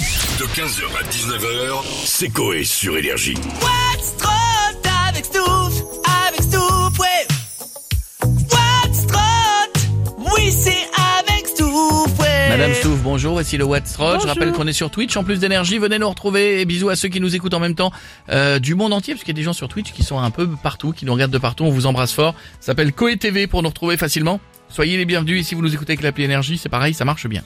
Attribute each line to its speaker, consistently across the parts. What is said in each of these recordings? Speaker 1: De 15h à 19h, c'est Coé sur Énergie.
Speaker 2: What's trop avec Stouff, avec Stouff, ouais. What's trop, oui c'est avec Stouff, ouais.
Speaker 3: Madame Stouff, bonjour, voici le What's Rock. Je
Speaker 4: Bonjour.
Speaker 3: rappelle qu'on est sur Twitch. En plus d'énergie, venez nous retrouver. Et bisous à ceux qui nous écoutent en même temps euh, du monde entier, parce qu'il y a des gens sur Twitch qui sont un peu partout, qui nous regardent de partout. On vous embrasse fort. Ça s'appelle Coé TV pour nous retrouver facilement. Soyez les bienvenus. Et si vous nous écoutez avec l'appli énergie, c'est pareil, ça marche bien.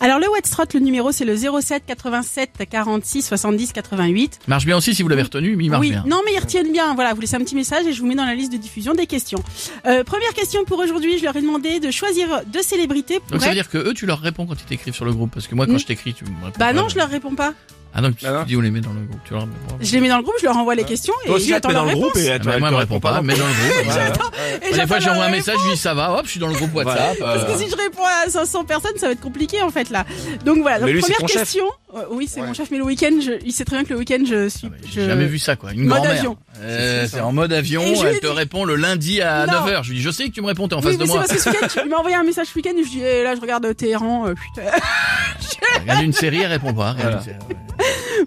Speaker 4: Alors le Wetstrot, le numéro c'est le 07 87 46 70 88.
Speaker 3: Ça Marche bien aussi si vous l'avez retenu, mais il marche
Speaker 4: oui,
Speaker 3: bien.
Speaker 4: non mais ils retiennent bien. Voilà, vous laissez un petit message et je vous mets dans la liste de diffusion des questions. Euh, première question pour aujourd'hui, je leur ai demandé de choisir deux célébrités pour
Speaker 3: Donc ça veut dire
Speaker 4: être-
Speaker 3: que eux, tu leur réponds quand ils t'écrivent sur le groupe, parce que moi, quand
Speaker 4: Mm.
Speaker 3: je t'écris, tu me réponds
Speaker 4: Bah
Speaker 3: pas.
Speaker 4: non, je leur réponds pas.
Speaker 3: Ah non, tu,
Speaker 5: Ah non.
Speaker 3: tu dis on les met dans le groupe. Tu leur réponds pas.
Speaker 4: Je les mets dans le groupe, je leur envoie les questions et
Speaker 5: Toi aussi, elle te
Speaker 4: j'attends
Speaker 5: met
Speaker 4: leur
Speaker 5: dans le
Speaker 4: réponse.
Speaker 5: groupe et
Speaker 3: Ah
Speaker 5: elle
Speaker 3: bah, moi, elle me répond pas, mais dans le groupe. voilà.
Speaker 4: Et
Speaker 3: Des
Speaker 4: j'attends
Speaker 3: fois,
Speaker 4: leur
Speaker 3: j'envoie un
Speaker 4: réponse.
Speaker 3: message, je dis ça va, hop, je suis dans le groupe WhatsApp. euh,
Speaker 4: Parce que si je réponds à 500 personnes, ça va être compliqué en fait là. Donc voilà,
Speaker 5: Mais
Speaker 4: donc,
Speaker 5: lui, c'est
Speaker 4: première
Speaker 5: ton chef.
Speaker 4: question. Euh, oui, c'est mon chef, mais le week-end, je- il sait très bien que le week-end, je suis.
Speaker 3: Ah, mais
Speaker 4: je-
Speaker 3: J'ai jamais vu ça, quoi. Une
Speaker 4: Mode
Speaker 3: grand-mère.
Speaker 4: avion.
Speaker 3: Euh,
Speaker 4: C'est ça.
Speaker 3: c'est en mode avion,
Speaker 4: Et je lui ai
Speaker 3: elle te
Speaker 4: dit-
Speaker 3: répond le lundi à
Speaker 4: Non.
Speaker 3: 9h. Je lui dis, je sais que tu me réponds, t'es en
Speaker 4: Oui,
Speaker 3: face de
Speaker 4: mais c'est
Speaker 3: moi.
Speaker 4: parce que ce week-end, tu- il m'a envoyé un message ce week-end et je dis, eh, là, je regarde Téhéran. euh, putain.
Speaker 3: Regarde une série, elle répond pas. Regarde
Speaker 5: Voilà.
Speaker 3: une série, ouais.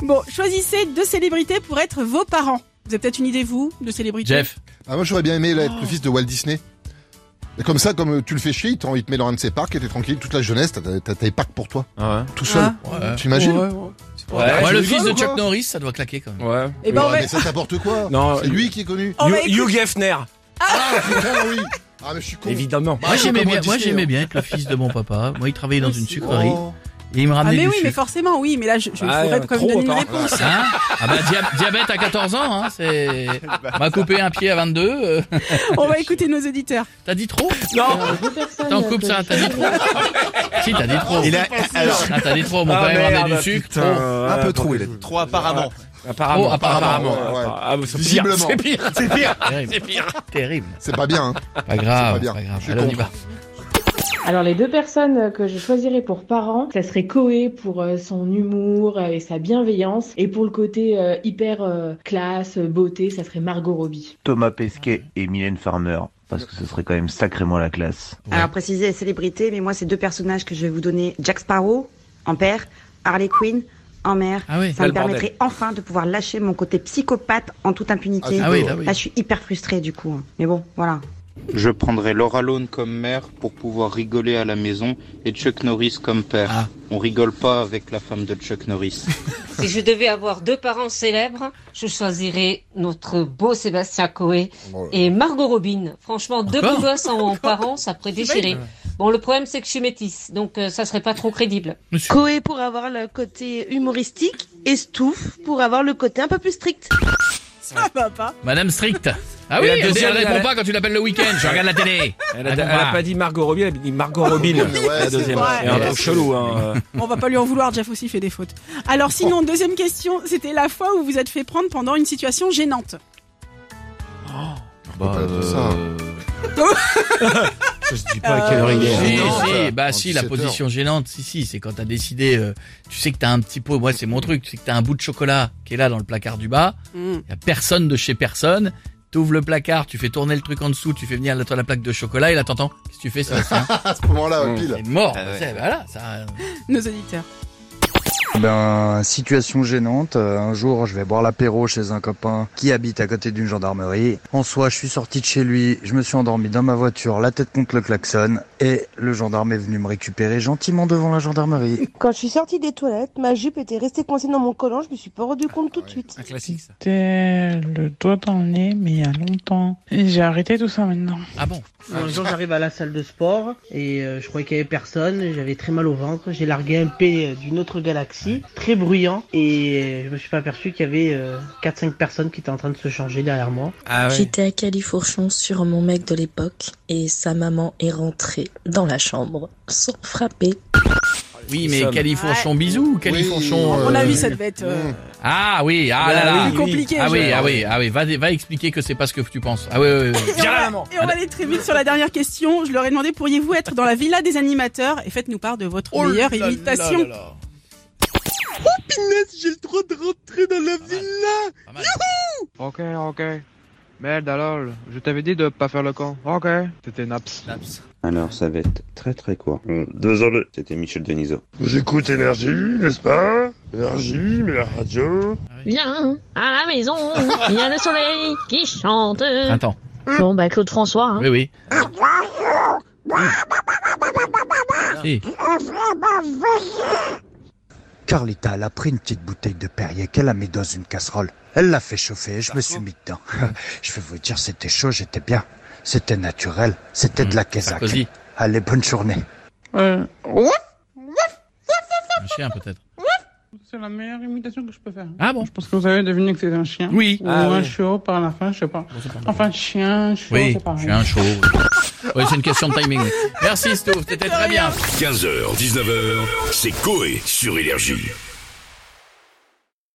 Speaker 4: Bon, choisissez deux célébrités pour être vos parents. Vous avez peut-être une idée, vous, de célébrités
Speaker 3: Jeff,
Speaker 6: Ah, moi j'aurais bien aimé là, être le fils de Walt Disney. Et comme ça, comme euh, tu le fais chier, il te, il te met dans un de ses parcs et t'es tranquille toute la jeunesse, t'as- t'as t'as des parcs pour toi,
Speaker 5: Ah Ouais.
Speaker 6: tout seul.
Speaker 3: Ouais.
Speaker 6: T'imagines
Speaker 4: Ouais,
Speaker 6: ouais,
Speaker 4: ouais.
Speaker 5: Ouais,
Speaker 3: Moi,
Speaker 5: je
Speaker 3: le
Speaker 5: rigole
Speaker 3: fils de
Speaker 5: ou
Speaker 3: Chuck
Speaker 5: quoi
Speaker 3: Norris, ça doit claquer quand même.
Speaker 5: Ouais.
Speaker 4: Eh ben, on va-
Speaker 6: Mais ça t'apporte quoi
Speaker 5: Non,
Speaker 6: C'est lui qui est connu.
Speaker 4: on va
Speaker 5: Hugh-
Speaker 4: écouter-
Speaker 5: Hugh Hefner,
Speaker 6: Ah putain, oui Ah, mais je suis con.
Speaker 5: évidemment.
Speaker 3: Moi, j'aimais
Speaker 6: comment
Speaker 3: bien, moi,
Speaker 6: Disney,
Speaker 3: j'aimais
Speaker 6: hein.
Speaker 3: bien être le fils de mon papa. Moi, il travaillait dans une sucrerie
Speaker 6: Oh.
Speaker 3: et il me
Speaker 4: Ah,
Speaker 3: ramenait
Speaker 4: mais
Speaker 3: du
Speaker 4: oui, mais
Speaker 3: sucre.
Speaker 4: forcément, oui, mais là, je, je
Speaker 5: Ah,
Speaker 4: voudrais quand même
Speaker 5: trop,
Speaker 4: donner une
Speaker 5: apparemment.
Speaker 4: réponse.
Speaker 3: Hein ah bah dia- diabète à 14 ans, hein, c'est. On M'a coupé un pied à 22. euh,
Speaker 4: On va écouter nos auditeurs.
Speaker 3: T'as dit trop
Speaker 5: Non,
Speaker 3: T'en coupes ça, t'as dit trop Si, t'as dit trop.
Speaker 7: Il a- alors-
Speaker 3: Ah, t'as dit trop, mon
Speaker 5: Ah,
Speaker 3: père il me ramenait
Speaker 5: merde,
Speaker 3: du sucre.
Speaker 5: putain, Ah, ouais,
Speaker 3: trop.
Speaker 7: Un peu
Speaker 5: attends.
Speaker 7: trop, il est.
Speaker 6: Trop
Speaker 7: Trop apparemment.
Speaker 5: Oh. Apparemment.
Speaker 3: Oh, apparemment,
Speaker 6: ouais.
Speaker 5: Ah, c'est pire,
Speaker 6: Visiblement.
Speaker 5: c'est pire, c'est pire.
Speaker 3: Oh, Terrible. Terrible.
Speaker 6: C'est pas bien, hein.
Speaker 3: Pas grave,
Speaker 6: C'est pas bien.
Speaker 3: pas grave.
Speaker 6: Je suis
Speaker 3: Allez, on y
Speaker 6: contre.
Speaker 3: va.
Speaker 8: Alors les deux personnes que je choisirais pour parents, ça serait Koé pour euh, son humour euh, et sa bienveillance, et pour le côté euh, hyper euh, classe, euh, beauté, ça serait Margot Robbie.
Speaker 9: Thomas Pesquet et Mylène Farmer, parce que ce serait quand même sacrément la classe.
Speaker 3: Ouais.
Speaker 10: Alors préciser les célébrités, mais moi c'est deux personnages que je vais vous donner. Jack Sparrow en père, Harley Quinn en mère.
Speaker 3: Ah oui.
Speaker 10: Ça
Speaker 5: Quel
Speaker 10: me
Speaker 5: bordel.
Speaker 10: permettrait enfin de pouvoir lâcher mon côté psychopathe en toute impunité.
Speaker 3: Ah oui, là, oui.
Speaker 10: Là je suis hyper frustrée du coup. hein. Mais bon, voilà.
Speaker 9: Je prendrais Laura Lone comme mère pour pouvoir rigoler à la maison et Chuck Norris comme père.
Speaker 3: Ah.
Speaker 9: On rigole pas avec la femme de Chuck Norris.
Speaker 11: Si je devais avoir deux parents célèbres, je choisirais notre beau Sébastien Coé
Speaker 6: Bon,
Speaker 11: et Margot Robin. Franchement, deux
Speaker 3: Encore
Speaker 11: beaux gosses en parents, ça pourrait déchirer. Bon, le problème, c'est que je suis métisse, donc euh, ça serait pas trop crédible.
Speaker 3: Monsieur.
Speaker 12: Coé pour avoir le côté humoristique et Stouff pour avoir le côté un peu plus strict.
Speaker 4: Ça va pas.
Speaker 3: Madame Strict. Ah oui,
Speaker 5: la
Speaker 3: elle,
Speaker 5: deuxième,
Speaker 3: elle répond
Speaker 5: elle-
Speaker 3: pas quand tu l'appelles le week-end. Je regarde la télé.
Speaker 5: Elle a,
Speaker 3: Attends,
Speaker 5: elle a
Speaker 3: va.
Speaker 5: pas dit Margot Robbie, elle a dit Margot Robin. la
Speaker 6: c'est
Speaker 5: deuxième.
Speaker 4: vrai.
Speaker 5: Et un truc chelou, hein.
Speaker 4: On va pas lui en vouloir, Jeff aussi fait des fautes. Alors sinon, deuxième question, c'était la fois où vous êtes fait prendre pendant une situation gênante.
Speaker 6: Bah, euh, ça.
Speaker 5: Je sais pas à quelle heure il
Speaker 6: Euh,
Speaker 3: Si,
Speaker 5: est.
Speaker 6: Non,
Speaker 3: si,
Speaker 6: ça.
Speaker 3: bah
Speaker 6: En
Speaker 3: si, la
Speaker 6: 17
Speaker 3: position gênante, si, si, c'est quand t'as décidé, euh, tu sais que t'as un petit pot, moi c'est mon truc, tu sais que t'as un bout de chocolat qui est là dans le placard du bas,
Speaker 4: Hmm.
Speaker 3: y a personne de chez personne, t'ouvres le placard, tu fais tourner le truc en dessous, tu fais venir la, toi la plaque de chocolat et là t'entends, qu'est-ce que tu fais Sébastien
Speaker 6: à ce moment-là, ouais, pile.
Speaker 3: C'est mort,
Speaker 7: Ah ouais.
Speaker 3: c'est- voilà, ça... euh,
Speaker 4: Nos auditeurs.
Speaker 9: Ben, situation gênante. euh, Un jour, je vais boire l'apéro chez un copain qui habite à côté d'une gendarmerie. En soi, je suis sorti de chez lui, je me suis endormi dans ma voiture, la tête contre le klaxon, et le gendarme est venu me récupérer gentiment devant la gendarmerie.
Speaker 12: Quand je suis sortie des toilettes, ma jupe était restée coincée dans mon collant, je me suis pas rendu compte tout de suite.
Speaker 5: Un classique, ça.
Speaker 2: J'étais le doigt dans le nez, mais il y a longtemps. Et j'ai arrêté tout ça maintenant.
Speaker 3: Ah bon
Speaker 2: Un jour, j'arrive à la salle de sport et euh, je croyais qu'il y avait personne. J'avais très mal au ventre. J'ai largué un P euh, d'une autre galaxie, très bruyant. Et euh, je me suis pas aperçu qu'il y avait euh, 4-5 personnes qui étaient en train de se changer derrière moi.
Speaker 5: Ah ouais.
Speaker 12: J'étais à Califourchon sur mon mec de l'époque et sa maman est rentrée dans la chambre sans frapper.
Speaker 3: Oui,
Speaker 5: Nous
Speaker 3: mais
Speaker 5: sommes.
Speaker 10: Ah,
Speaker 3: Califourchon bisous, Califourchon...
Speaker 6: Oui.
Speaker 4: On a
Speaker 3: euh,
Speaker 4: vu, ça devait être euh,
Speaker 5: hmm.
Speaker 3: Ah oui, ah là là
Speaker 4: plus compliqué.
Speaker 3: Ah
Speaker 4: je-
Speaker 3: oui, ah oui, ah oui, va, va expliquer que c'est pas ce que tu penses. Ah oui, oui, oui.
Speaker 4: Et on, va, et on va aller très vite sur la dernière question. Je leur ai demandé pourriez-vous être dans la villa des animateurs et faites-nous part de votre
Speaker 5: Oh
Speaker 4: meilleure imitation.
Speaker 7: J'ai le droit de rentrer dans la
Speaker 3: Pas mal.
Speaker 9: Ok, ok. Merde alors, je t'avais dit de pas faire le con. Ok. C'était Naps. Alors ça va être très très court. Désolé, c'était Michel Denisot.
Speaker 7: Vous écoutez Énergie, n'est-ce pas
Speaker 13: Énergie, mais la radio.
Speaker 12: Viens à la maison, il y a le soleil qui chante.
Speaker 3: Attends.
Speaker 12: Bon, bah, Claude François. hein.
Speaker 3: Oui, oui.
Speaker 4: Mmh.
Speaker 12: Si.
Speaker 9: Carlita, elle a pris une petite bouteille de Perrier qu'elle a mis dans une casserole. Elle l'a fait chauffer et je me suis mis dedans. je vais vous dire, c'était chaud, j'étais bien. C'était naturel. C'était de la quesac.
Speaker 3: Mmh. Sarkozy.
Speaker 9: Allez, bonne journée.
Speaker 4: Euh,
Speaker 3: Un chien peut-être.
Speaker 14: C'est la meilleure imitation que je peux faire.
Speaker 3: Ah bon
Speaker 14: Je pense que vous avez deviné que c'est un chien.
Speaker 3: Oui.
Speaker 14: Ou
Speaker 3: Ah
Speaker 14: un
Speaker 3: oui.
Speaker 14: chiot par la fin, je sais pas. Enfin, chien, chiot,
Speaker 3: Oui,
Speaker 14: c'est pareil.
Speaker 3: je suis un show. Oui, c'est une question de timing. oui. Merci Stouff, c'était très bien.
Speaker 1: 15h, 19h, c'est Coé sur Énergie.